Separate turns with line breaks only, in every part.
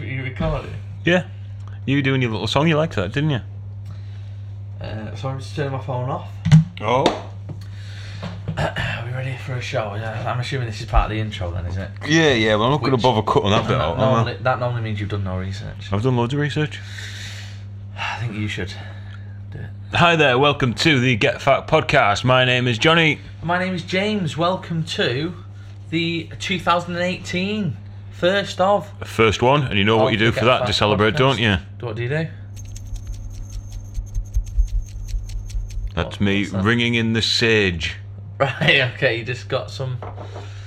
you recording?
Yeah. You were doing your little song, you liked that, didn't you?
Uh, so I'm just turning my phone off.
Oh.
Are we ready for a show? Yeah, I'm assuming this is part of the intro then, is it?
Yeah, yeah, well, I'm not going to
Which-
bother cutting that bit out,
that,
am
normally,
I?
that normally means you've done no research.
I've done loads of research.
I think you should do it.
Hi there, welcome to the Get Fat podcast. My name is Johnny.
My name is James. Welcome to the 2018 first of.
First one, and you know what you do for that to celebrate, don't you?
What do you do?
That's
What-
me
what's that?
ringing in the sage.
Right, okay, you just got some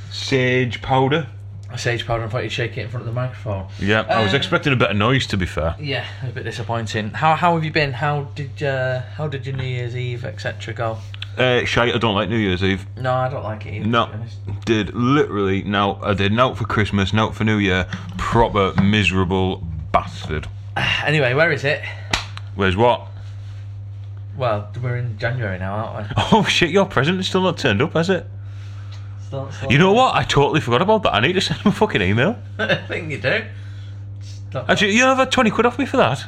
Sage powder?
sage powder and thought you'd shake it in front of the microphone.
Yeah, I was
Uh,
expecting a better noise, to be fair.
Yeah, it was a bit disappointing. How how have you been? How did uh, how did your New Year's Eve etc. go?
Uh, shite, I don't like New Year's Eve.
No, I don't like it. Either, to
No,
be honest.
did literally, no, I did nout for Christmas, nout for New Year. Proper miserable bastard.
Anyway, where is it?
Where's what?
Well, we're in January now, aren't we?
Oh shit, your present is still not turned up, has it?
Still, still-
You know what? I totally forgot about that. I need to send him a fucking email.
I think you do. It's not-
Actually, you have had 20 quid off me for that.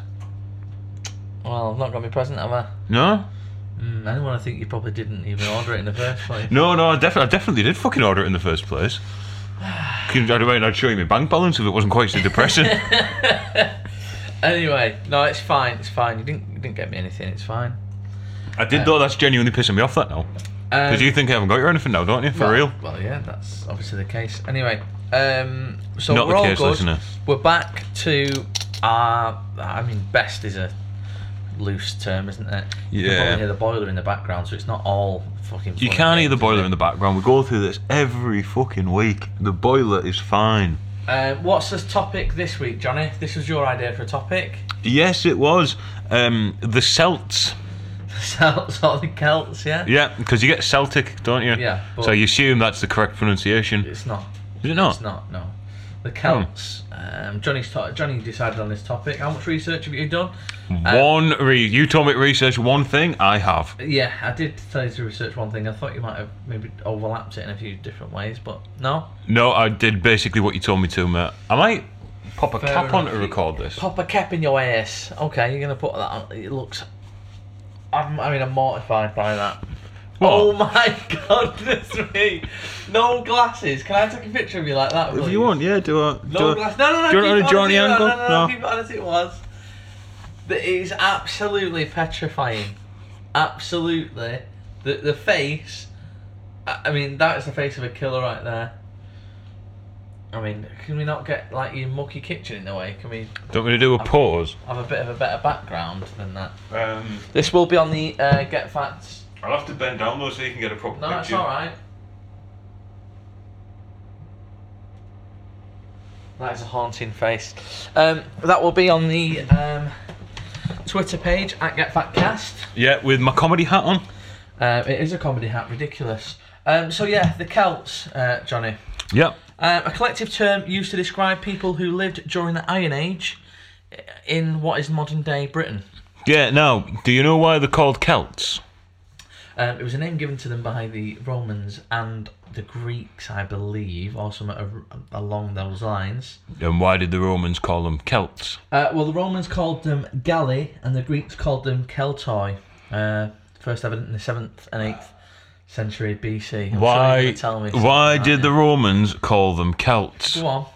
well, I've not got my present, have I?
No? Hmm.
Mm, anyone, I think you probably didn't even order it in the first place.
No, no, I, def- I definitely did fucking order it in the first place. Can- I mean, I'd show you my bank balance if it wasn't quite so depressing.
Anyway, no, it's fine. It's fine. You didn't you didn't get me anything. It's fine.
I did though, that's genuinely pissing me off that now.
Um,
Because you think I haven't got you anything now, don't you? For
well,
real?
Well, yeah, that's obviously the case. Anyway, um, so
Not
we're
the
all
case,
good.
listener.
We're back to our. I mean, best is a loose term, isn't it? You
Yeah.
can probably hear the boiler in the background, so it's not all fucking.
You can't hear the boiler in the background. We go through this every fucking week. The boiler is fine.
Uh, what's the topic this week, Johnny? This was your idea for a topic.
Yes, it was. Um, the Celts.
Celts or the Celts, yeah.
Yeah, because you get Celtic, don't you?
Yeah, but-
So you assume that's the correct pronunciation.
It's not.
Is it not?
It's not. No. The Celts. Um, Johnny's to- Johnny decided on this topic. How much research have you done? Uh,
One re- you told me to research one thing. I have.
Yeah, I did tell you to research one thing. I thought you might have maybe overlapped it in a few different ways, but no.
No, I did basically what you told me to, mate. I might pop a
Fair
cap on
enough.
to record this.
Pop a cap in your ass. Okay, you're gonna put that on. It looks. I'm, I mean, I'm mortified by that.
What?
Oh my goodness me! No glasses. Can I take a picture of you like that?
if
please?
you want, yeah, do a
No
do
glass. No, no, no.
do you want
keep
it on a Johnny
as it-
angle?
No, no, no,
No.
Keep it on as it was. That is absolutely petrifying. Absolutely. The the face. I I mean, that is the face of a killer right there. I mean, can we not get like your mucky kitchen in the way? Can we
Don't we do a pause?
have a bit of a better background than that?
Um,
This will be on the uh, Get Facts.
I'll have to bend down though so you can get a proper
No, it's all right. That is a haunting face. Um, that will be on the um, Twitter page at GetFatCast.
Yeah, with my comedy hat on.
Um, it is a comedy hat, ridiculous. Um, so yeah, the Celts, uh, Johnny.
Yep.
Um, a collective term used to describe people who lived during the Iron Age uh, in what is modern day Britain.
Yeah. Now, do you know why they're called Celts?
Um, it was a name given to them by the Romans and the Greeks, I believe, or something a- along those lines.
And why did the Romans call them Celts?
Uh, well, the Romans called them Galli, and the Greeks called them Keltoi. Uh, first evident in the seventh and eighth century BC. I'm sure you're
why?
gonna tell me
why
something
did the
like
Romans call them Celts?
that. Go on.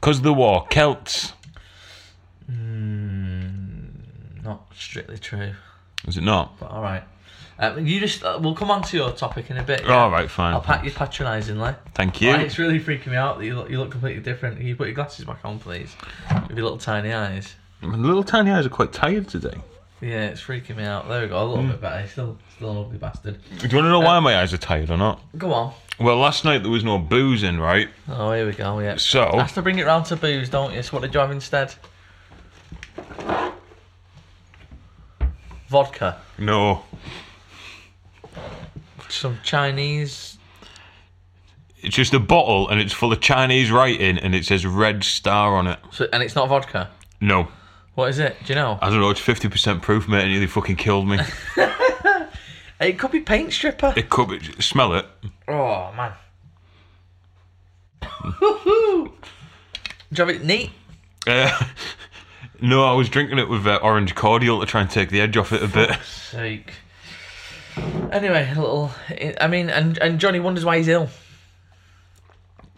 Because there were Celts.
Not strictly true,
Is it not?
but all right. Um, you just uh, we'll come on to your topic in a bit.
All right, fine.
I'll pat you patronisingly.
Thank you.
Right, it's really freaking me out that you look, you look completely different. Can you put your glasses back on, please? With your little tiny eyes.
My little tiny eyes are quite tired today.
Yeah, it's freaking me out. There we go, a
Hmm.
little bit better. Still, still an ugly bastard.
Do you want to
Uh,
know why my eyes are tired or not?
Go on.
Well, last night there was no booze in, right?
Oh, here we go. Yeah.
So-
have to bring it round to booze, don't you? So what did you have instead? Vodka.
No.
Some Chinese.
It's just a bottle and it's full of Chinese writing and it says Red Star on it.
So, and it's not vodka.
No.
What is it? Do you know?
I don't know, it's 50% proof, mate. It nearly fucking killed me.
It could be paint stripper.
It could be, smell it.
Oh man. Do you have it neat?
Uh, no, I was drinking it with uh, orange cordial to try and take the edge off it a bit.
Sake. Anyway, a little. I mean, and and Johnny wonders why he's ill.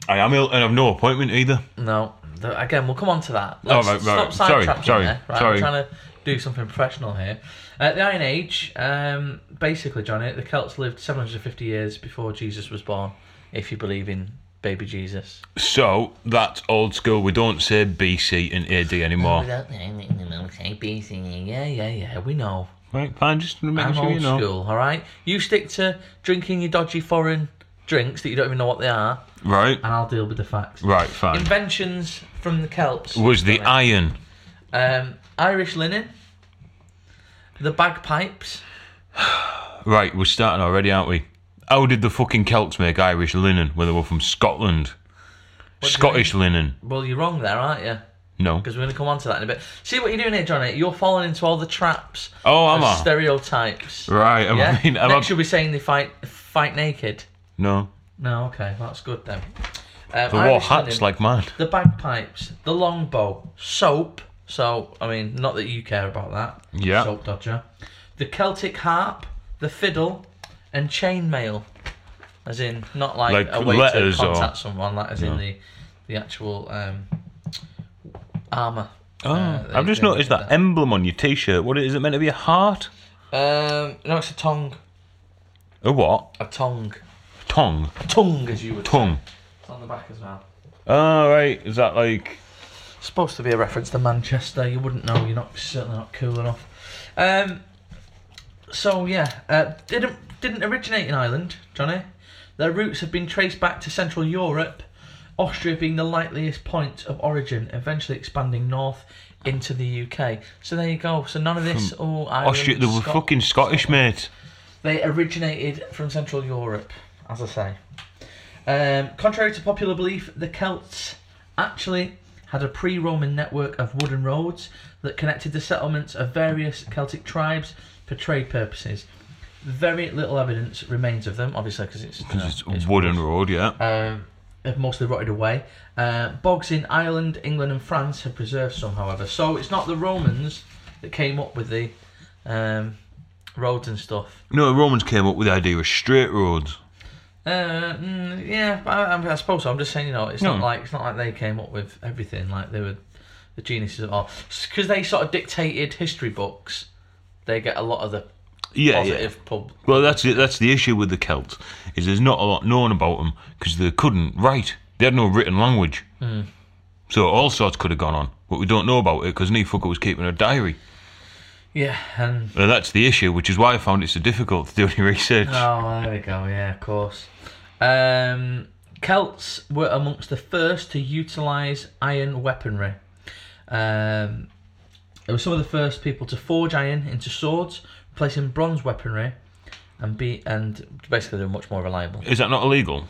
I am ill and I've no appointment either.
No. th- Again, we'll come on to that.
Oh,
Let's
right,
Stop
right. Sorry,
sidetracking
sorry,
there. Right,
sorry.
I'm trying to do something professional here. At the Iron Age, um, basically, Johnny, the Celts lived 750 years before Jesus was born, if you believe in baby Jesus.
So that's old school. We don't say BC and AD anymore.
Without the okay, BC. Yeah, yeah, yeah, we know.
Right, fine. Just to make
I'm
sure
old
you know.
school, all right? You stick to drinking your dodgy foreign drinks that you don't even know what they are,
Right,
and I'll deal with the facts.
right, fine.
Inventions from the Celts.
Was the
Johnny.
iron?
um, Irish linen, the bagpipes.
Right, we're starting already, aren't we? How did the fucking Celts make Irish linen when they were from Scotland? Scottish linen.
Well, you're wrong there, aren't you?
No.
Because we're going to come on to that in a bit. See what you're doing here, Johnny. You're falling into all the traps.
Oh, am
of
I?
Stereotypes.
Right, am
Yeah.
I mean, am
Next,
I...
you'll be saying they fight fight naked.
No.
No, okay, that's good then. Um,
They wore
Irish
hats
linen,
like mine.
the bagpipes, the longbow, soap. So, I mean, not that you care about that.
Yeah.
Soap dodger. The Celtic harp, the fiddle, and chainmail. As in, not like,
Like
a way
letters
to
or-
contact someone, like as in the the actual um, armor.
Oh,
Uh,
I've
they-
just
they
noticed
did
that emblem on your t-shirt. What is it meant to be? A heart?
Um, no, it's a tongue.
A what?
A tongue.
Tongue.
A tongue, as you would.
Tongue.
It's on the back as well.
Oh, right. Is that like...
Supposed to be a reference to Manchester. You wouldn't know. You're not certainly not cool enough. Um, so yeah, uh, didn't didn't originate in Ireland, Johnny. Their roots have been traced back to Central Europe, Austria being the likeliest point of origin, eventually expanding north into the UK. So there you go. So none of this. all Ireland.
Austria, they were
Scot-
fucking Scottish, mate.
they originated from Central Europe, as I say. Um, contrary to popular belief, the Celts actually had a pre Roman network of wooden roads that connected the settlements of various Celtic tribes for trade purposes. Very little evidence remains of them, obviously, because it's, you know,
It's a wooden road, yeah.
um, have mostly rotted away. Uh, bogs in Ireland, England, and France have preserved some, however. So it's not the Romans that came up with the um, roads and stuff.
No, the Romans came up with the idea of straight roads.
Uh, mm, yeah, I, I, I suppose so. I'm just saying, you know, it's not
No.
like it's not like they came up with everything. Like they were the geniuses at all, because they sort of dictated history books. They get a lot of the
Yeah, yeah.
positive pub.
Well, that's it. That's the issue with the Celts is there's not a lot known about them because they couldn't write. They had no written language,
Mm.
so all sorts could have gone on, but we don't know about it because Neefucker was keeping a diary,
Yeah, and
and that's the issue, which is why I found it so difficult to do any research.
oh, there we go. Yeah, of course. Um, Celts were amongst the first to utilize iron weaponry. Um, they were some of the first people to forge iron into swords, replacing bronze weaponry, and be and basically they were much more reliable.
Is that not illegal?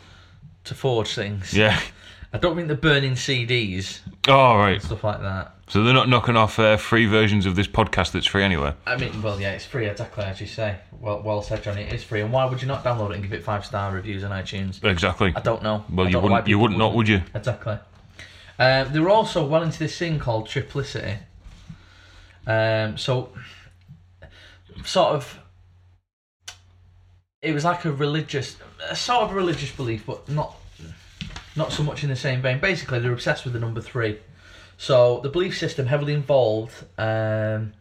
to forge things.
Yeah.
I don't think they're burning CDs,
All right.
stuff like that.
So they're not knocking off uh, free versions of this podcast that's free anywhere.
I mean, well, yeah, it's free, exactly, as you say. Well, well said, Johnny. It is free. And why would you not download it and give it five star reviews on iTunes?
Exactly.
I don't know.
Well,
I don't
you
know
wouldn't-
why
you
people
wouldn't not, would you?
Exactly. Uh, they were also well into this thing called triplicity. Um, so, sort of, it was like a religious, a sort of religious belief, but not, not so much in the same vein. Basically, they're obsessed with the number three. So the belief system heavily involved um,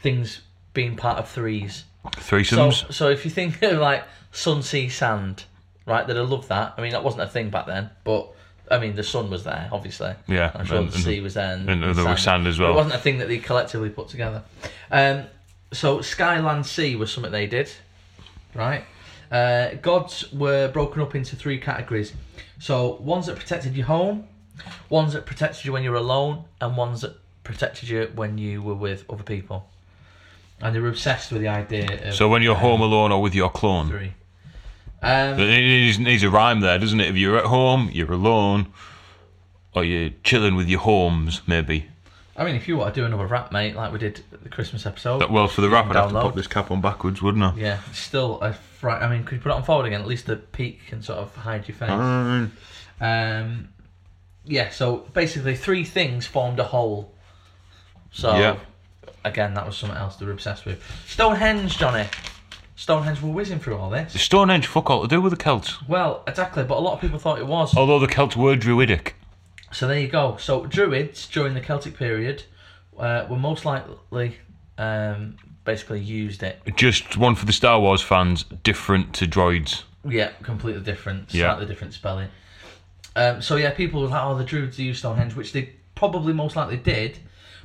things being part of threes. So,
Threesomes.
so if you think of like sun, sea, sand, right? They'd have loved that. I mean, that wasn't a thing back then, but I mean, the sun was there, obviously.
Yeah,
I'm sure
and-
the
and-
sea was there, and,
and there was sand as
But
well.
it wasn't a thing that they collectively put together. Um, so Skyland Sea was something they did, right? Uh, gods were broken up into three categories. So ones that protected your home, ones that protected you when you were alone, and ones that protected you when you were with other people. And they were obsessed with the idea of
So when you're home alone or with your clone,
three. Um,
it needs, needs a rhyme there, doesn't it? If you're at home, you're alone, or you're chilling with your homes, maybe.
I mean, if you want to do another rap, mate, like we did at the Christmas episode,
But, well, for the rap, I'd have to
Download.
pop this cap on backwards, wouldn't I?
yeah, it's still a fright. I mean, could you put it on forward again? At least the peak can sort of hide your face.
Mm.
Um, yeah, so basically, three things formed a whole. So,
Yeah.
again, that was something else they were obsessed with. Stonehenge, Johnny. Stonehenge were whizzing through all this.
Stonehenge, fuck all to do with the Celts.
Well, exactly, but a lot of people thought it was.
Although the Celts were druidic.
So there you go. So druids during the Celtic period uh, were most likely um, basically used it.
Just one for the Star Wars fans, different to droids.
Yeah, completely different,
Yeah.
slightly different spelling. Um, so yeah, people were like, "Oh, the druids used Stonehenge," which they probably most likely did,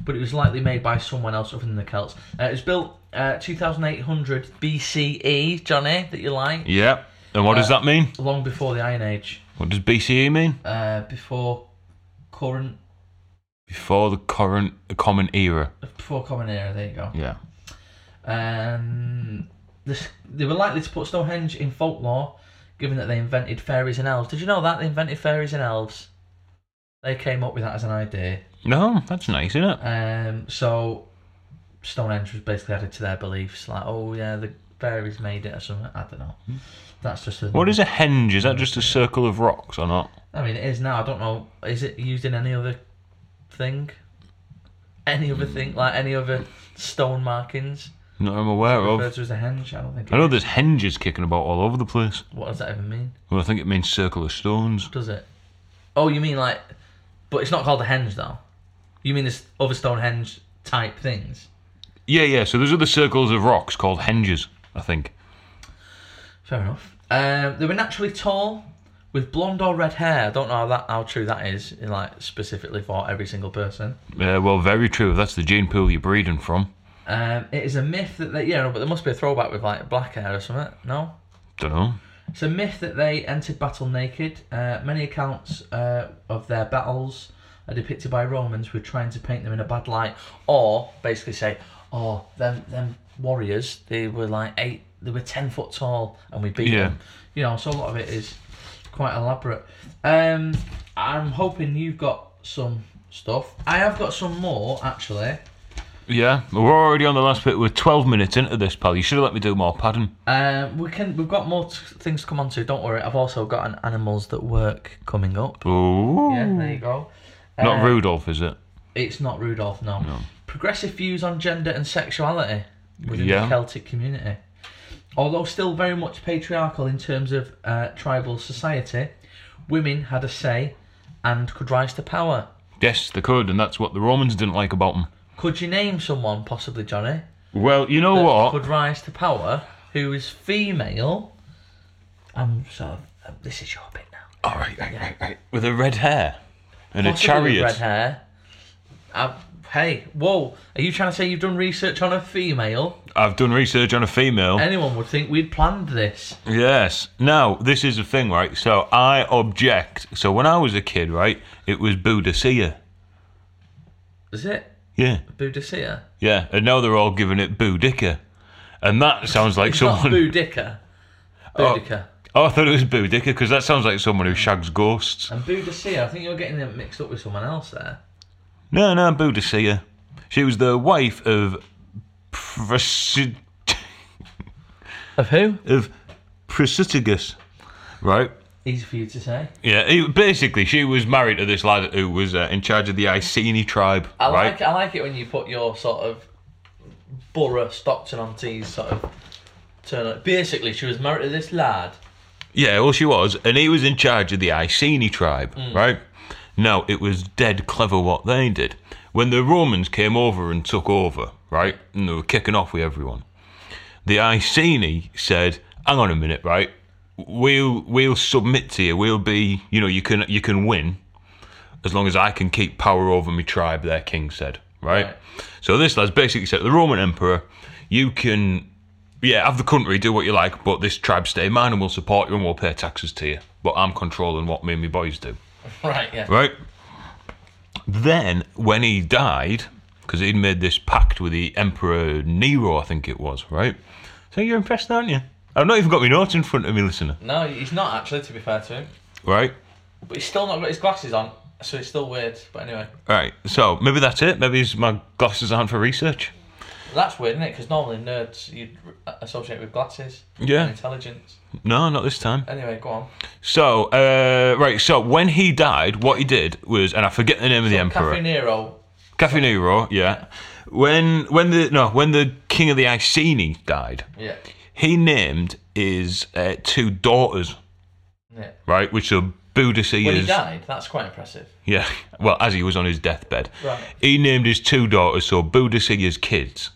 but it was likely made by someone else other than the Celts. Uh, it was built uh, 2,800 BCE, E, Johnny, that you like,
Yeah. And what
Uh,
does that mean?
long before the Iron Age,
What does BCE mean?
uh, before current,
Before the current the common era.
before Common Era. There you go.
Yeah.
Um, this, they were likely to put Stonehenge in folklore, given that they invented fairies and elves. Did you know that they invented fairies and elves? They came up with that as an idea.
No, that's nice, isn't it?
Um, so Stonehenge was basically added to their beliefs, like oh yeah, the fairies made it or something. I don't know. That's just a,
What is a henge? Is that just a circle of rocks or not?
I mean, it is now. I don't know. Is it used in any other thing? Any other thing? Like any other stone markings?
Not that I'm aware of.
Referred to as a henge? I don't think.
I
It
know
is.
there's henges kicking about all over the place.
What does that even mean?
Well, I think it means circle of stones.
Does it? Oh, you mean like, but it's not called a henge though. You mean this other Stonehenge type things?
Yeah, yeah. So those are the circles of rocks called henges. I think.
Fair enough. Um, they were naturally tall, with blonde or red hair. I don't know how that how true that is, in like specifically for every single person.
Uh, well, very true. That's the gene pool you're breeding from.
Um, it is a myth that they yeah, no, but there must be a throwback with like black hair or something. No,
Don't know.
It's a myth that they entered battle naked. Uh, many accounts uh, of their battles are depicted by Romans who are trying to paint them in a bad light, or basically say, "Oh, them them warriors, they were like eight, they were ten foot tall, and we beat
Yeah.
them." You know, so a lot of it is quite elaborate. Um, I'm hoping you've got some stuff. I have got some more actually.
Yeah, we're already on the last bit. We're 12 minutes into this, pal. You should have let me do more padding.
Um, we can we've got more t- things to come on to. Don't worry. I've also got an animals that work coming up.
Ooh.
Yeah, there you go.
Not
Uh,
Rudolph, is it?
It's not Rudolph, no. Progressive views on gender and sexuality within
Yeah.
the Celtic community. Although still very much patriarchal in terms of uh, tribal society, women had a say and could rise to power.
Yes, they could, and that's what the Romans didn't like about them.
Could you name someone, possibly Johnny,
Well, you know
that
what?
could rise to power who is female? I'm sort of. This is your bit now.
All right, right, right, right. With a red hair and a
Possibly with
chariot.
Red hair. Uh, hey, whoa! Are you trying to say you've done research on a female?
I've done research on a female.
Anyone would think we'd planned this.
Yes. Now, this is the thing, right? So I object. So when I was a kid, right, it was Boudicca.
Is it
Yeah,
Boudicca?
yeah. And now they're all giving it Boudica. And that sounds like
It's
someone.
not Boudicca. Boudicca.
oh, I thought it was Boudica because that sounds like someone who shags ghosts.
And Boudicca, I think you're getting them mixed up with someone else there.
No, no, Boudicca. She was the wife of. Presi-
Of who?
of Presidigus, right?
Easy for you to say.
Yeah, he, basically, she was married to this lad who was uh, in charge of the Iceni tribe,
I
right?
like I like it when you put your sort of Borough Stockton on T's sort of turn up. Basically, she was married to this lad.
Yeah, well, she was, and he was in charge of the Iceni tribe, right? Now, it was dead clever what they did. When the Romans came over and took over, right? And they were kicking off with everyone. The Iceni said, "Hang on a minute, right? We'll we'll submit to you. We'll be, you know, you can you can win, as long as I can keep power over my tribe." Their king said, right?
Right.
So this lads basically said to the Roman emperor, "You can, yeah, have the country, do what you like, but this tribe stay mine, and we'll support you and we'll pay taxes to you. But I'm controlling what me and my boys do."
Right, yeah.
right? Then, when he died, because he'd made this pact with the Emperor Nero, I think it was, right? So you're impressed, aren't you? I've not even got my notes in front of me, listener,
No, he's not actually, to be fair to him.
right?
But he's still not got his glasses on, so it's still weird. But anyway,
Right, so maybe that's it. Maybe it's my glasses aren't for research.
that's weird, isn't it? Because normally nerds you'd r- associate with glasses.
Yeah.
And intelligence.
No, not this time.
Anyway, go on.
So, uh, right, so when he died, what he did was, and I forget the name of the Emperor.
Cafe Nero.
Cafe Nero, yeah. When, when the, no, when the King of the Iceni died,
Yeah.
he named his uh, two daughters
Yeah.
right? Which are
When
Buddha
he
seers.
died, that's quite impressive.
Yeah. Well, as he was on his deathbed,
Right.
he named his two daughters, so Buddha seers' kids,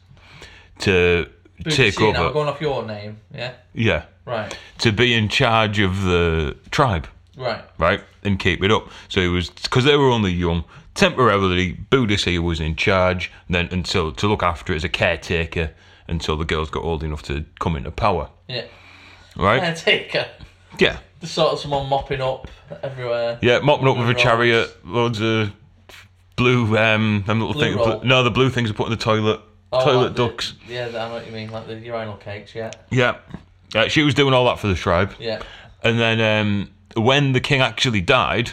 to take
See, Now
over.
I'm going off your name. Yeah.
Yeah,
Right.
to be in charge of the tribe,
Right.
right, and keep it up. So he was because they were only young. Temporarily, Buddha seer was in charge, then until to look after it as a caretaker until the girls got old enough to come into power,
Yeah.
right?
Caretaker.
Yeah.
Just sort of someone mopping up everywhere.
Yeah, mopping up with a
Rollers.
chariot, loads of blue um them little
Blue
things.
roll.
no, the blue things are put in the toilet.
Oh,
toilet
like the-
ducks.
yeah, I know what you mean, like the urinal cakes. Yeah.
Yeah. Uh, she was doing all that for the tribe.
Yeah.
And then um, when the king actually died,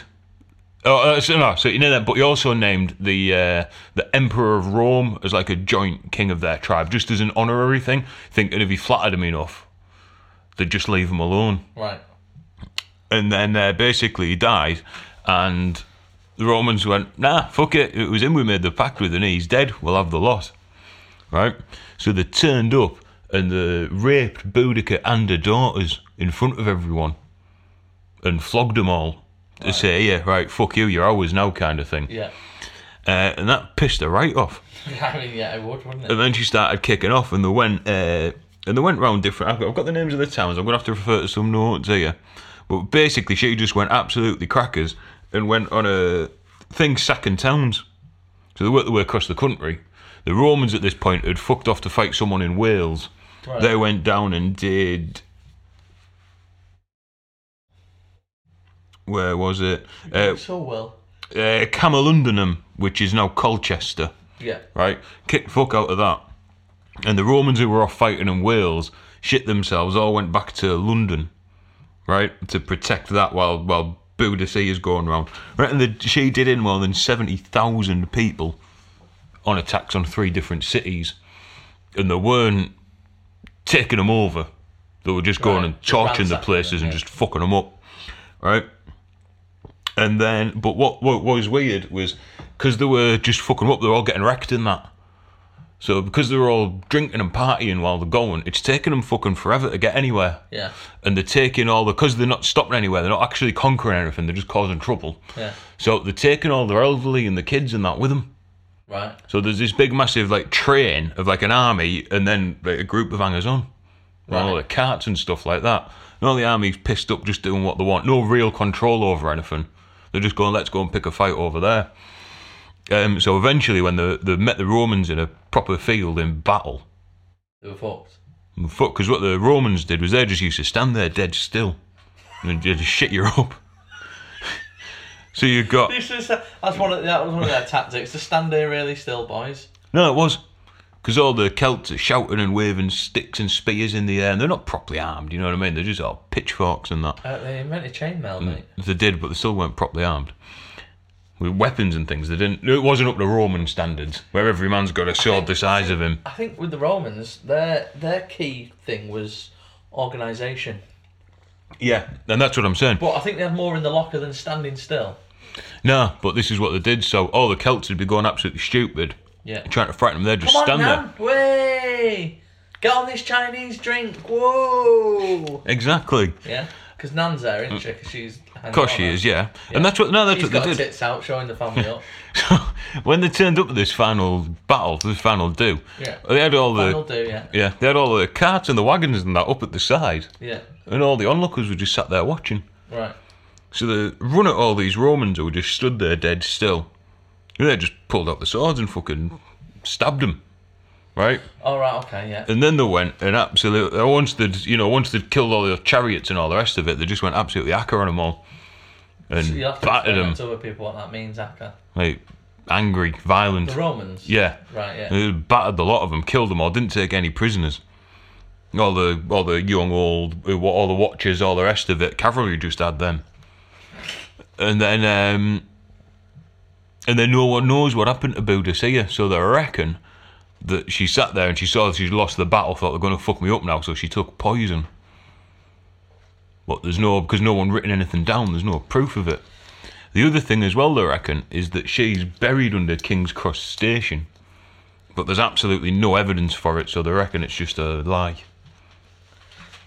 oh uh, so, no, so you know that, but he also named the uh, the emperor of Rome as like a joint king of their tribe, just as an honorary thing, thinking if he flattered him enough, they'd just leave him alone.
Right.
and then uh, basically he died, and the Romans went, nah, fuck it. It was him we made the pact with, and he's dead. We'll have the lot, right? So they turned up and they raped Boudica and her daughters in front of everyone, and flogged them all to say, yeah, right, fuck you, you're ours now, kind of thing.
Yeah.
Uh, and that pissed her right off.
I mean, yeah, it would, wouldn't it?
And then she started kicking off, and they went uh, and they went round different. I've got, I've got the names of the towns. I'm gonna have to refer to some notes here, but basically she just went absolutely crackers and went on a thing sacking towns. So they worked their way across the country. The Romans at this point had fucked off to fight someone in Wales.
Right.
They went down and did. Where was it? Uh,
so well.
uh, Camalundunum, which is now Colchester
Yeah.
right? Kicked fuck out of that. And the Romans who were off fighting in Wales shit themselves, all went back to London, right? To protect that while while Boudicca is going round. Right, and the, she did in more than 70,000 people on attacks on three different cities. And they weren't taking them over. They were just going
Right,
and
just
torching the
ransacking
places
them,
and
yeah.
just fucking them up, right? And then, but what what, what was weird was because they were just fucking up, they were all getting wrecked in that. So because they were all drinking and partying while they're going, it's taking them fucking forever to get anywhere.
Yeah.
And they're taking all the because they're not stopping anywhere, they're not actually conquering anything, they're just causing trouble.
Yeah.
So they're taking all their elderly and the kids and that with them.
Right.
So there's this big massive like train of like an army and then like a group of hangers on. And all the
Right.
carts and stuff like that. And all the army's pissed up just doing what they want. No real control over anything. They're just going, let's go and pick a fight over there. Um, so eventually when they, they met the Romans in a proper field in battle,
They were fucked.
and fuck, because what the Romans did was they just used to stand there dead still and they'd just shit you up. so you got...
This is- uh, That's one of that was one of their tactics. To stand there really still, boys.
No, it was. Because all the Celts are shouting and waving sticks and spears in the air, and they're not properly armed, you know what I mean? They're just all pitchforks and that.
Uh, they invented
Mm.
chainmail, mate.
They did, but they still weren't properly armed. With weapons and things, they didn't. It wasn't up to Roman standards, where every man's got a sword the size of him.
I think with the Romans, their their key thing was organisation.
Yeah. And that's what I'm saying.
But I think they had more in the locker than standing still.
No, but this is what they did, so all the Celts would be going absolutely stupid.
Yeah.
Trying to frighten them, they'd just
Come on
stand
now, way! Get on this Chinese drink, whoa!
there. Exactly.
Yeah, because Nan's there, isn't she? 'Cause she's
Mm. Of course she is, yeah. And that's what no, that's
She's
what
got
they
her
did.
tits out, showing the family up.
So when they turned up at this final battle, this final do,
Yeah.
they had all
That'll
the
do, yeah,
yeah, they had all the carts and the wagons and that up at the side,
yeah,
and all the onlookers were just sat there watching.
right.
So they run at all these Romans who were just stood there dead still. And they just pulled out the swords and fucking stabbed them, right?
All right, okay, yeah.
And then they went and absolutely. Once they'd, you know, once they'd killed all the chariots and all the rest of it, they just went absolutely hacker on them all, and
You have to
battered
explain
them
to other people what that means, Akka.
like angry, violent.
The Romans.
Yeah,
Right. Yeah.
They battered the lot of them, killed them all, didn't take any prisoners. All the all the young, old, all the watchers, all the rest of it. Cavalry just had them, and then um, and then no one knows what happened to Boudicca, so they reckon that she sat there and she saw that she'd lost the battle, thought they're going to fuck me up now, so she took poison. But there's no because no one written anything down. There's no proof of it. The other thing as well, they reckon, is that she's buried under King's Cross Station but there's absolutely no evidence for it, so they reckon it's just a lie.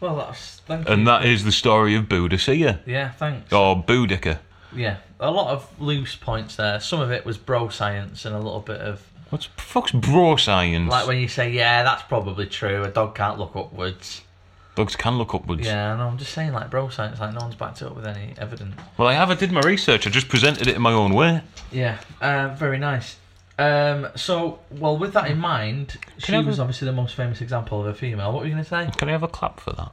Well, that's thank you.
And that is the story of Boudicca,
Yeah. Thanks.
or Boudica.
Yeah. A lot of loose points there. Some of it was bro science and a little bit of
What's fuck's bro science?
like when you say, yeah, that's probably true. A dog can't look upwards.
Dogs can look upwards.
Yeah. And I'm just saying, like bro science, like no one's backed it up with any evidence.
Well, I have. I did my research. I just presented it in my own way.
Yeah, uh, very nice. Um, so, well, with that in mind, she
I have
was
a-
obviously the most famous example of a female. What were you going to say?
Can I have a clap for that?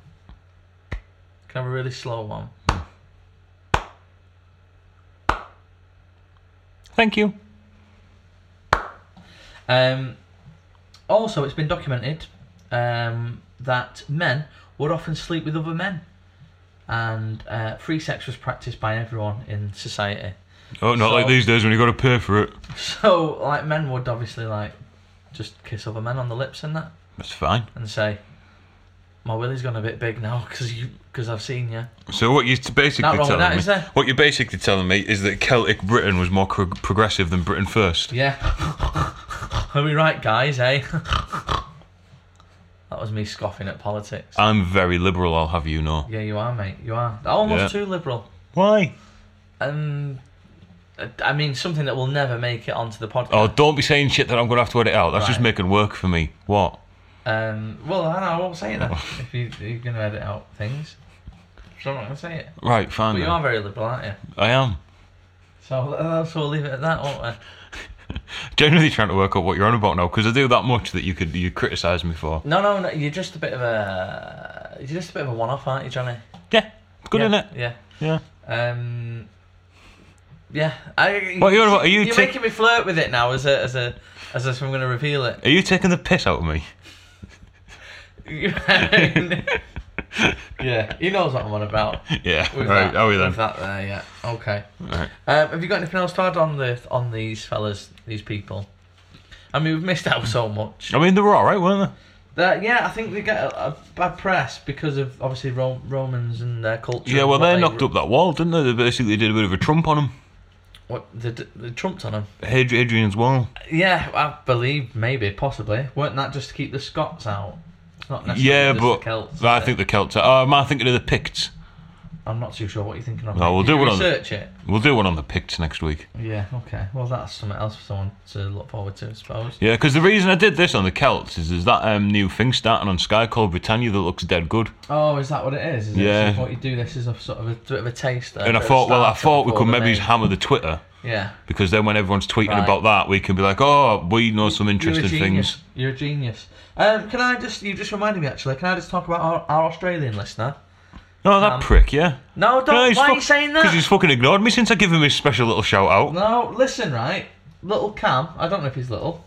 Can I have a really slow one?
Thank you.
Um, also, it's been documented um, that men would often sleep with other men, and uh, free sex was practiced by everyone in society.
Oh, not
So-
like these days when you got to pay for it.
So, like, men would obviously like just kiss other men on the lips and that,
That's fine.
and say, "My willy's gone a bit big now because you because I've seen you."
So what you're basically
Not wrong with
telling
that,
me?
is there?
What you're basically telling me is that Celtic Britain was more pro- progressive than Britain first.
Yeah. Are we right, guys, eh? that was me scoffing at politics.
I'm very liberal. I'll have you know.
yeah, you are, mate. You are. Almost
Yeah.
too liberal.
Why?
Um, I- I mean, something that will never make it onto the podcast.
Oh, don't be saying shit that I'm going to have to edit out. That's just
Right.
making work for me. What?
Um, well, I, know, I won't say it then.
Oh.
if you, you're going to edit out things, so I'm not going to say it.
Right, fine.
But you
then.
are very liberal, aren't you?
I am.
So, uh, so we'll leave it at that, won't we?
Generally trying to work out what you're on about now because I do that much that you could you criticise me for.
No, no, no. You're just a bit of a. You're just a bit of a one-off, aren't you, Johnny?
Yeah, good
yeah,
in it.
Yeah.
Yeah.
Um, yeah. I,
What you on about? Are you
You're
tick-
making me flirt with it now, as a, as a, as if I'm going to reveal it.
Are you taking the piss out of me?
yeah, he knows what I'm on about.
Yeah.
With
right.
that,
Are we
With
then?
that there, yeah. Okay.
Right.
Um, have you got anything else to add on the on these fellas, these people? I mean, we've missed out so much.
I mean, they were all right, weren't
That, yeah, I think they get a, a bad press because of obviously Ro- Romans and their culture.
they? Yeah.
and
Well,
what
they
they-
knocked up that wall, didn't they? They basically did a bit of a trump on them.
What the, the trumped on them.
Ad- Adrian's wall.
Yeah, I believe maybe, possibly. Weren't that just to keep the Scots out? It's not necessarily
Yeah,
just
but
the Celts.
I
is it?
think the Celts. Are, oh, am I thinking of the Picts?
I'm not too sure what you're thinking of.
No, we'll
Did
do
you
it on the-
research it.
We'll do one on the Picts next week.
Yeah, okay. Well, that's something else for someone to look forward to, I suppose.
Yeah, because the reason I did this on the Celts is there's that um, new thing starting on Sky called Britannia that looks dead good.
Oh, is that what it is? is
Yeah.
It? So what you do this is a sort of a bit of a taster.
And I
for a
thought, well, I
starter
thought we
before
could
the
maybe
main-
hammer the Twitter
Yeah.
because then when everyone's tweeting
Right.
about that, we can be like, oh, we know some interesting
You're a genius.
things.
You're a genius. Um, can I just? You just reminded me actually. Can I just talk about our, our Australian listener?
Oh, that prick, yeah.
Um, No, don't. why are you saying that?
Because he's fucking ignored me since I give him his special little shout out.
No, listen, right. Little Cam. I don't know if he's little.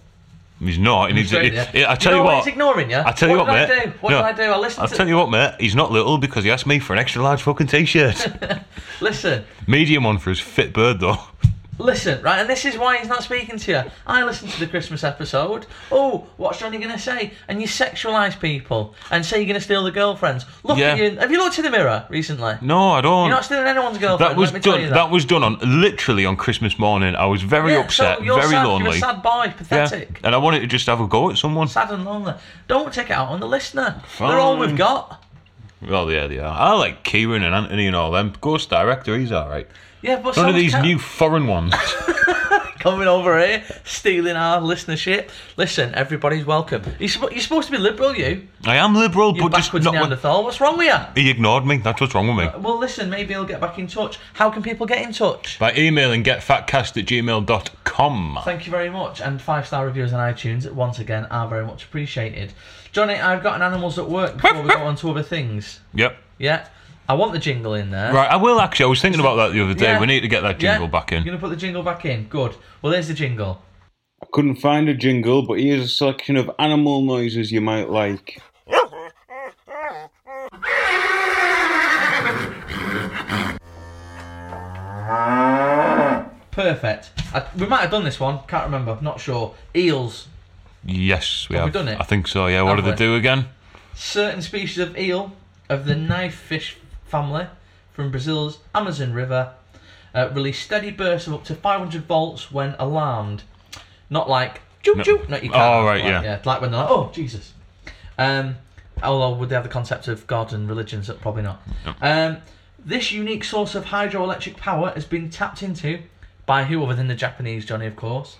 He's not. He needs.
Australia.
he- I tell you,
know why
what.
He's ignoring you.
I tell you what,
what did
mate.
I do? What
No,
did I do? I listened
I'll
to.
tell you what, mate. He's not little because he asked me for an extra large fucking t-shirt.
Listen,
Medium one for his fit bird though.
listen, right, and this is why he's not speaking to you. I listened to the Christmas episode. Oh, what's Johnny going to say? And you sexualise people and say you're going to steal the girlfriends. Look
Yeah.
at you. Have you looked in the mirror recently?
No, I don't.
You're not stealing anyone's girlfriend.
that was
let me Tell
done.
you
That. was done on literally on Christmas morning. I was very
Yeah,
upset,
so you're
very
sad. You're
lonely.
a sad boy,
yeah,
pathetic.
and I wanted to just have a go at someone.
Sad and lonely. Don't take it out on the listener. They're all
Fine.
we've got.
Well, yeah, they are. I like Kieran and Anthony and all them. Ghost director, he's all right.
Yeah, but
None of
someone's
these
ca-
new foreign ones.
coming over here, stealing our listenership. Listen, everybody's welcome. You're, suppo- you're supposed to be liberal, you.
I am liberal,
You
but just
backwards
not. when-
Neanderthal. What's wrong with you?
He ignored me. That's what's wrong with me.
Well, listen, maybe he'll get back in touch. How can people get in touch?
By emailing getfatcast at gmail.com.
Thank you very much, and five star reviews on iTunes once again are very much appreciated. Johnny, I've got an animals at work before we go on to other things.
Yep.
Yeah, I want the jingle in there.
Right, I will actually. I was thinking about that the other day. We need to get that
Yeah.
jingle back in.
You're gonna put the jingle back in. Good. Well, here's the jingle.
I couldn't find a jingle, but here's a selection of animal noises you might like.
Perfect. I, we might have done this one. Can't remember. Not sure. Eels.
Yes, we
Have
have.
we done it?
I think so, yeah. What
Have
did they
we?
do again?
Certain species of eel of the knife fish family from Brazil's Amazon River uh, release steady bursts of up to 500 volts when alarmed. Not like choo
No.
choo. No, you can't.
Oh, right,
like,
yeah.
Like when they're like, oh Jesus. Um, although would they have the concept of God and religions? That probably not. Um, this unique source of hydroelectric power has been tapped into by who other than the Japanese Johnny, of course.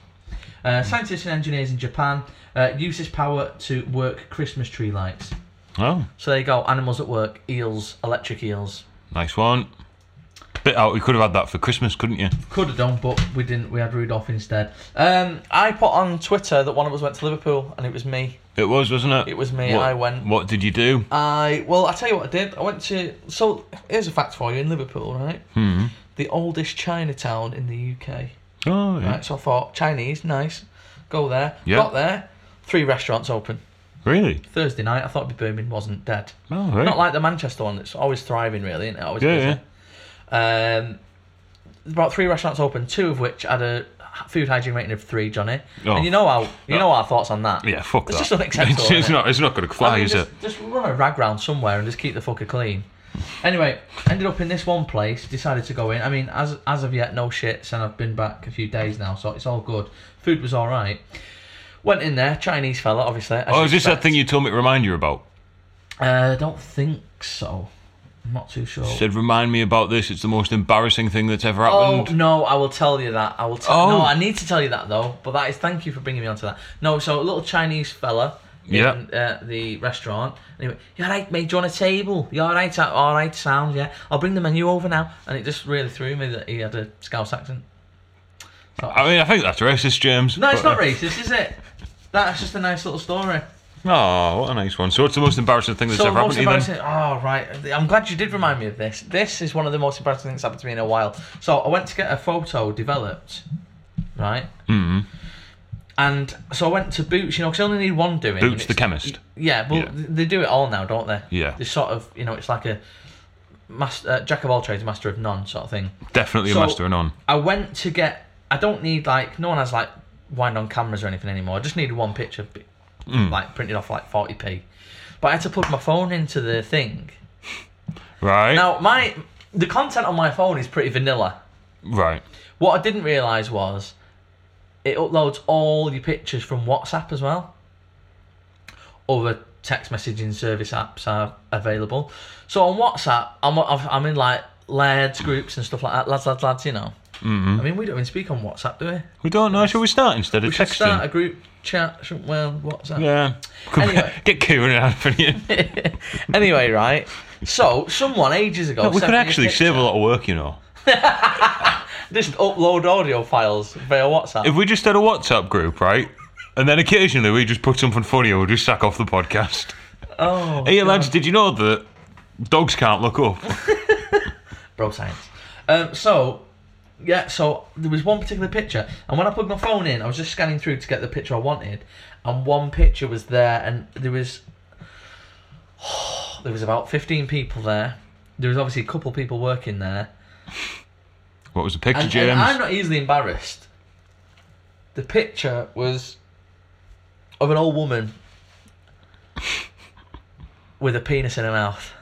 Uh, scientists and engineers in Japan uh, use this power to work Christmas tree lights.
Oh,
So there you go. Animals at work, eels, electric eels.
nice one. Bit out. You could have had that for Christmas, couldn't you?
Could have done, but we didn't. We had Rudolph instead. Um, I put on Twitter that one of us went to Liverpool, and it was me.
It was, wasn't it?
It was me,
What-
I went. Ah,
What did you do?
I well, I tell you what I did. I went to so here's a fact for you in Liverpool, right?
Hmm.
Mm-hmm. The oldest Chinatown in the UK.
Oh, yeah.
Right, so I thought Chinese, nice. Go there.
Yeah.
Got there. Three restaurants open.
Really?
Thursday night, I thought it'd be booming, wasn't dead.
Oh, right.
Not like the Manchester one that's always thriving, really, isn't it? Always
Yeah,
busy. Um, about three restaurants open, two of which had a food hygiene rating of three, Johnny.
Oh.
And you know how you know our thoughts on that.
Yeah, fuck
it's
that.
just unacceptable.
It's,
isn't
it's
it?
not. It's not going to fly,
I mean,
is
just,
it?
Just run a rag round somewhere and just keep the fucker clean. Anyway, ended up in this one place. Decided to go in. I mean, as as of yet, no shits, and I've been back a few days now, so it's all good. Food was all right. Went in there, Chinese fella, obviously. as
Oh,
you'd
is this that
expect.
thing you told me to remind you about?
Uh, I don't think so. I'm not too sure.
Said remind me about this. It's the most embarrassing thing that's ever
Oh
happened.
no, I will tell you that. I will tell.
Oh.
No, I need to tell you that though. But that is thank you for bringing me onto that. No, so a little Chinese fella
Yeah.
in uh, the restaurant. And he went, "You all right, mate? Do you want a table? You all right? uh, All right, sound yeah. I'll bring the menu over now." And it just really threw me that he had a Scouse accent.
I mean, I think that's racist, James.
No, it's
but-
not racist, is it? That's just a nice little story.
Oh, what a nice one. So, what's the most embarrassing thing that's
So the
ever happened
most
to you then?
embarrassing. Oh right, I'm glad you did remind me of this. This is one of the most embarrassing things happened to me in a while. So I went to get a photo developed, right? Mm.
Hmm.
And so I went to Boots, you know, 'cause you only need one doing. and
Boots the
it's-
chemist.
Yeah, well,
Yeah.
th they do it all now, don't they?
Yeah.
They sort of, you know, it's like a master, uh, jack of all trades, master of none sort of thing.
Definitely
So-
a master and on.
I went to get. I don't need like no one has like wind on cameras or anything anymore. I just needed one picture, bi-
Hmm.
like printed off like forty p. But I had to plug my phone into the thing.
Right.
Now my the content on my phone is pretty vanilla.
right.
What I didn't realise was it uploads all your pictures from WhatsApp as well. Other text messaging service apps are available. So on WhatsApp, I'm I've- I'm in like lads groups and stuff like that. Lads, lads, lads. You know. I mean, we don't even speak on WhatsApp, do we?
Mm-hmm. We don't know. Shall we start instead of
We should
texting?
start a group chat. shouldn't we, on WhatsApp.
Yeah.
Anyway.
Get Kieran out for you.
Anyway, right. So someone ages ago.
we
sent
could
me a
actually save a lot of work, you know.
picture. Just upload audio files via WhatsApp.
If we just had a WhatsApp group, right? And then occasionally we just put something funny or we just sack off the podcast.
oh,
Hey, lads, did you know that dogs can't look up?
bro science. Um, so, yeah, so there was one particular picture, and when I plugged my phone in, I was just scanning through to get the picture I wanted, and one picture was there, and there was there was about fifteen people there. There was obviously a couple people working there,
What was the picture,
and,
James?
and I'm not easily embarrassed. The picture was of an old woman with a penis in her mouth,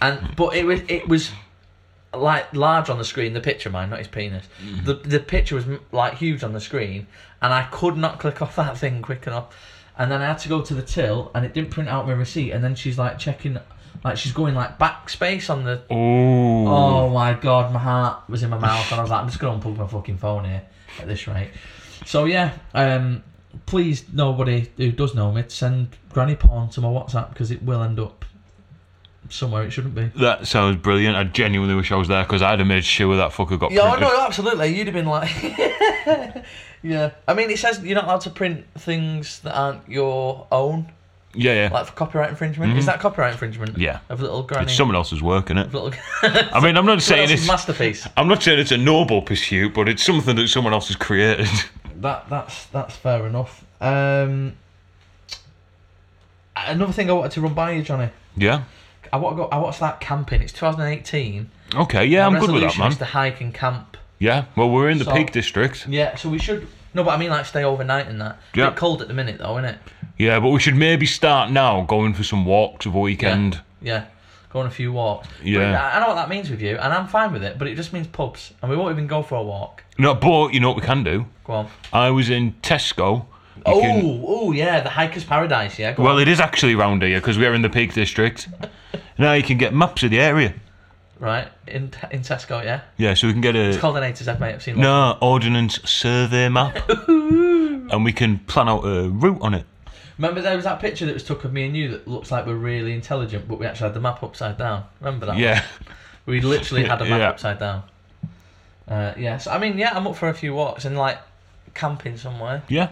and but it was it was like large on the screen. The picture, mine, not his penis. The the picture was m- like huge on the screen, and I could not click off that thing quick enough. And then I had to go to the till, and it didn't print out my receipt. And then she's like checking Like she's going like backspace on the.
Oh.
Oh my god, my heart was in my mouth, and I was like, I'm just gonna unplug my fucking phone here at this rate. So yeah, um, please nobody who does know me send granny porn to my WhatsApp because it will end up somewhere it shouldn't be.
That sounds brilliant. I genuinely wish I was there because I'd have made sure that fucker got
Yeah, oh,
printed.
no, absolutely. You'd have been like, yeah. I mean, it says you're not allowed to print things that aren't your own,
Yeah, yeah.
like for copyright infringement. Is that copyright infringement?
Mm-hmm. Yeah.
Of little granny.
it's someone else's work, is it?
little
I mean, I'm not saying
else's
it's.
masterpiece.
I'm not saying it's a noble pursuit, but it's something that someone else has created.
That that's that's fair enough. Um, another thing I wanted to run by you, Johnny.
yeah.
I want to go. I watched that camping. It's 2018.
Okay. Yeah,
My
I'm good with that,
resolution
man.
Is to hike and camp.
Yeah. Well, we're in the
So-
Peak District.
Yeah, so we should. No, but I mean like stay overnight and that.
Yeah.
Bit cold at the minute though, isn't it?
Yeah, but we should maybe start now, going for some walks of a weekend.
Yeah. Go on a few walks.
Yeah.
But I I know what that means with you, and I'm fine with it, but it just means pubs, and we won't even go for a walk.
No, but you know what we can do?
Go on.
I was in Tesco. You
oh,
can-
oh, yeah, the hiker's paradise, yeah. Go
well,
on.
it is actually round here because we're in the Peak District. now you can get maps of the area.
Right, in, in Tesco, yeah.
Yeah, so we can get
It's
a
called an A to Z, mate, I've seen lots.
no ordnance survey map, and we can plan out a route on it.
Remember there was that picture that was took of me and you that looks like we're really intelligent, but we actually had the map upside down. Remember that?
Yeah,
We literally had a map
Yeah.
upside down. Uh, yeah, so I mean, yeah, I'm up for a few walks and, like, camping somewhere,
yeah,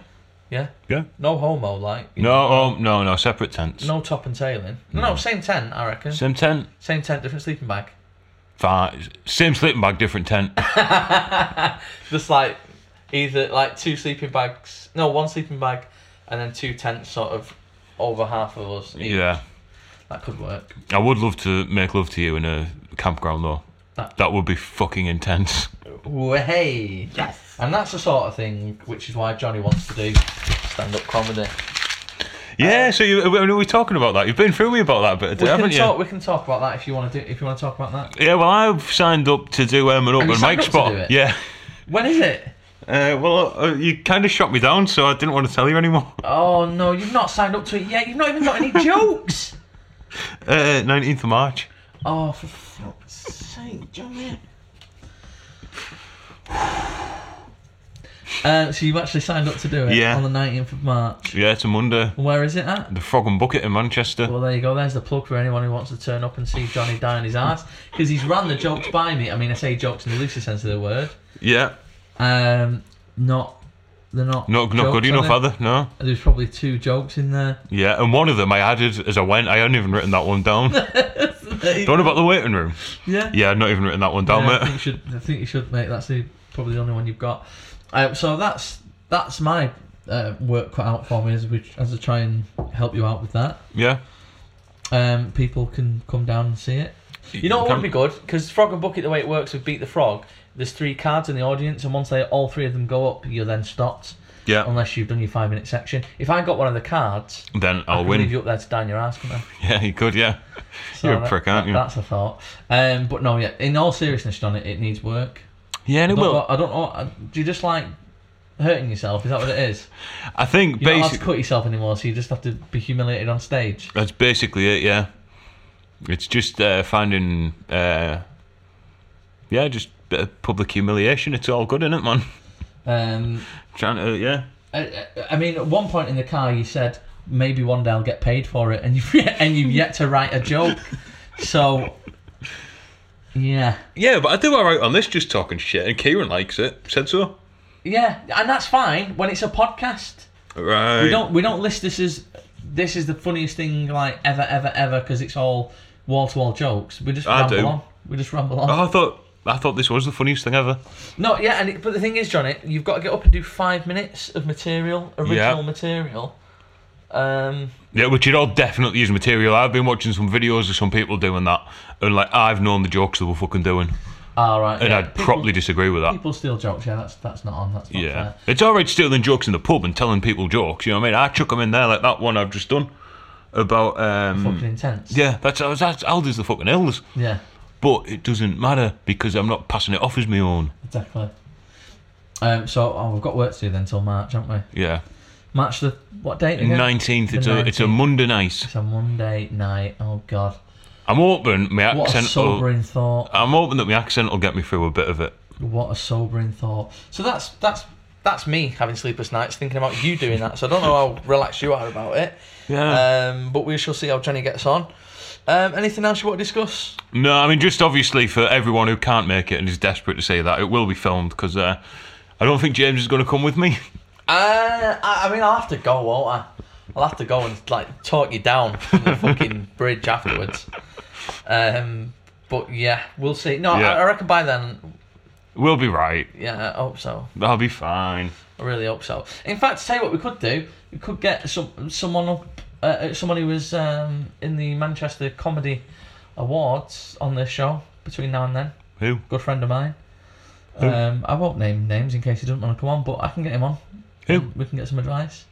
yeah.
yeah.
No homo, like. you
No, oh, no, no, separate tents.
No top and tailing. No, no, same tent, I reckon.
Mm. Same tent.
Same tent, different sleeping bag.
Fine. Same sleeping bag, different tent.
Just like either like two sleeping bags, no, one sleeping bag, and then two tents, sort of over half of us.
yeah.
That could work.
I would love to make love to you in a campground, though.
That-
That would be fucking intense.
Way. Yes. And that's the sort of thing which is why Johnny wants to do stand up comedy.
Yeah, so you, I know we're talking about that. You've been through me about that a bit,
We
haven't
can
you?
talk. We can talk about that if you want to do. If you want to talk about that.
Yeah, well, I've signed up to do um, an
Have you
open
signed
mic
up to
spot.
do it?
Yeah.
When is it?
Uh, well, uh, you kind of shot me down, so I didn't want to tell you anymore.
Oh no, you've not signed up to it yet. You've not even got any jokes.
Uh, 19th of March.
Oh, for fuck's sake, Johnny. Uh, so you've actually signed up to do it
Yeah.
on the 19th of March.
Yeah, it's a Monday.
Where is it at?
The Frog and Bucket in Manchester.
Well, there you go. There's the plug for anyone who wants to turn up and see Johnny die on his ass. Because he's ran the jokes by me. I mean, I say jokes in the loosest sense of the word.
yeah.
Um, not, they're not.
Not, not
jokes,
good
are
enough,
they?
either. No.
There's probably two jokes in there.
Yeah, and one of them I added as I went. I hadn't even written that one down. the one about the waiting room.
Yeah.
Yeah, I'd not even written that one down,
Yeah, I
mate.
think you should. I think you should, mate. That's the, probably the only one you've got. Um, so that's that's my uh, work cut out for me as we as I try and help you out with that.
Yeah.
Um, people can come down and see it. You know what would be good? Because Frog and Bucket, the way it works with Beat the Frog, there's three cards in the audience, and once they all three of them go up, you're then stopped.
Yeah.
Unless you've done your five minute section. If I got one of the cards,
Then
I
I'll
could
win.
leave you up there to die on your ass, couldn't I?
Yeah, you could, yeah. You're a
that-
prick, aren't you?
That's a thought. Um, but no, yeah. In all seriousness, John, it, it needs work.
Yeah, and it
Don't
will.
know- I don't know. I- Do you just like hurting yourself? Is that what it is?
I think
You're not allowed to
basically
cut yourself anymore, so you just have to be humiliated on stage.
that's basically it. Yeah, it's just uh, finding, uh, yeah, just bit of public humiliation. It's all good, isn't it, man?
Um,
Trying to, yeah,
I, I- I mean, at one point in the car, you said maybe one day I'll get paid for it, and you've and you've yet to write a joke. So, yeah,
yeah. But I do all right on this, just talking shit, and Kieran likes it. Said so.
yeah, and that's fine when it's a podcast.
Right.
We don't we don't list this as this is the funniest thing like ever ever ever because it's all wall to wall jokes. We just
I
ramble
do.
on. We just ramble on.
Oh, I thought I thought this was the funniest thing ever.
No, yeah, and it, but the thing is, Johnny, you've got to get up and do five minutes of material, original
Yeah.
material. Um,
Yeah, which it all definitely is material. I've been watching some videos of some people doing that, and like I've known the jokes that we're fucking doing,
all right.
and
yeah,
I'd
people-
probably disagree with that.
People steal jokes. Yeah, that's that's not on. That's not
Yeah,
fair.
it's all right stealing jokes in the pub and telling people jokes. You know what I mean? I chuck them in there like that one I've just done about. um
Fucking intense.
Yeah, that's that's Aldi's the fucking elders,
Yeah,
but it doesn't matter because I'm not passing it off as my own.
exactly. Um, so oh, we've got work to do then till March, haven't we?
Yeah,
March the what date again?
nineteenth.
The
It's a it's a
19th.
Monday night.
It's a Monday night. Oh God.
I'm hoping my
What a
accent will.
sobering thought.
I'm hoping that my accent will get me through a bit of it.
What a sobering thought. So that's that's that's me having sleepless nights thinking about you doing that. So I don't know how relaxed you are about it.
Yeah.
Um, but we shall see how Johnny gets on. Um, anything else you want to discuss?
No, I mean just obviously for everyone who can't make it and is desperate to see that, it will be filmed because uh, I don't think James is going to come with me.
Uh, I, I mean, I'll have to go, won't I? I'll have to go and like talk you down from the fucking bridge afterwards. Um, but yeah, we'll see. No,
Yeah.
I, I reckon by then,
We'll be right.
yeah, I hope so.
I'll be fine.
I really hope so. In fact, to tell you what we could do, we could get some someone up, uh, uh, someone who was um, in the Manchester Comedy Awards on this show between now and then.
Who?
Good friend of mine. Um, I won't name names in case he doesn't want to come on, but I can get him on.
Who?
We can get some advice.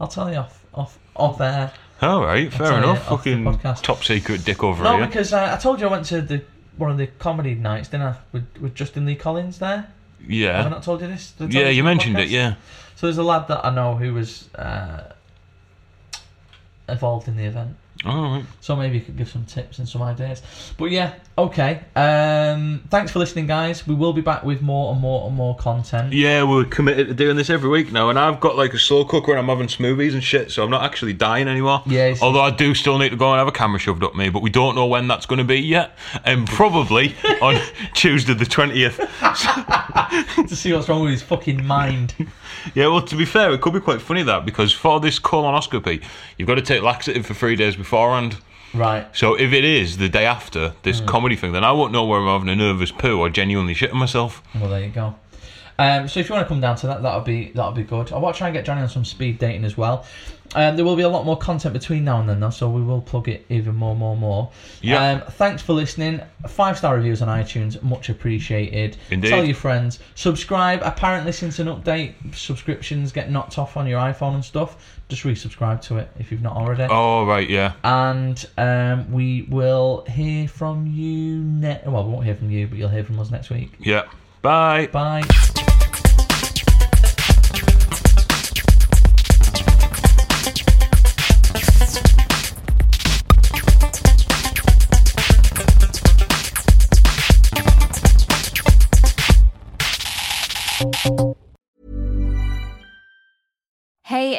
I'll tell you off off off air.
All right, fair
tell you
enough.
off the
Fucking
podcast.
top secret dick over
No,
here.
because uh, I told you I went to the one of the comedy nights, didn't I? With, with Justin Lee Collins there. Have I
Yeah,
not told you this? Did I tell
yeah,
this
you
on the
mentioned it.
podcast?
Yeah,
So there's a lad that I know who was uh, involved in the event.
all right.
So maybe you could give some tips and some ideas. But yeah, okay. Um, thanks for listening, guys. We will be back with more and more and more content.
Yeah, we're committed to doing this every week now, and I've got like a slow cooker and I'm having smoothies and shit, so I'm not actually dying anymore.
Yeah, it's-
Although I do still need to go and have a camera shoved up me, but we don't know when that's going to be yet, and probably on Tuesday the twentieth.
to see what's wrong with his fucking mind.
Yeah, well, to be fair, it could be quite funny that because for this colonoscopy, you've got to take laxative for three days beforehand.
right.
So if it is the day after this comedy thing, then I won't know whether I'm having a nervous poo or genuinely shitting myself.
Well, there you go. Um, so if you want to come down to that, that'll be that'll be good. I will try and get Johnny on some speed dating as well. Um, there will be a lot more content between now and then, though, so we will plug it even more, more, more.
Yeah.
Um, thanks for listening. Five star reviews on iTunes, much appreciated.
Indeed.
Tell your friends. Subscribe. Apparently, since an update, subscriptions get knocked off on your iPhone and stuff. Just resubscribe to it if you've not already.
Oh right, yeah.
and um, we will hear from you next. Well, we won't hear from you, but you'll hear from us next week.
Yeah. Bye.
Bye.
Hey,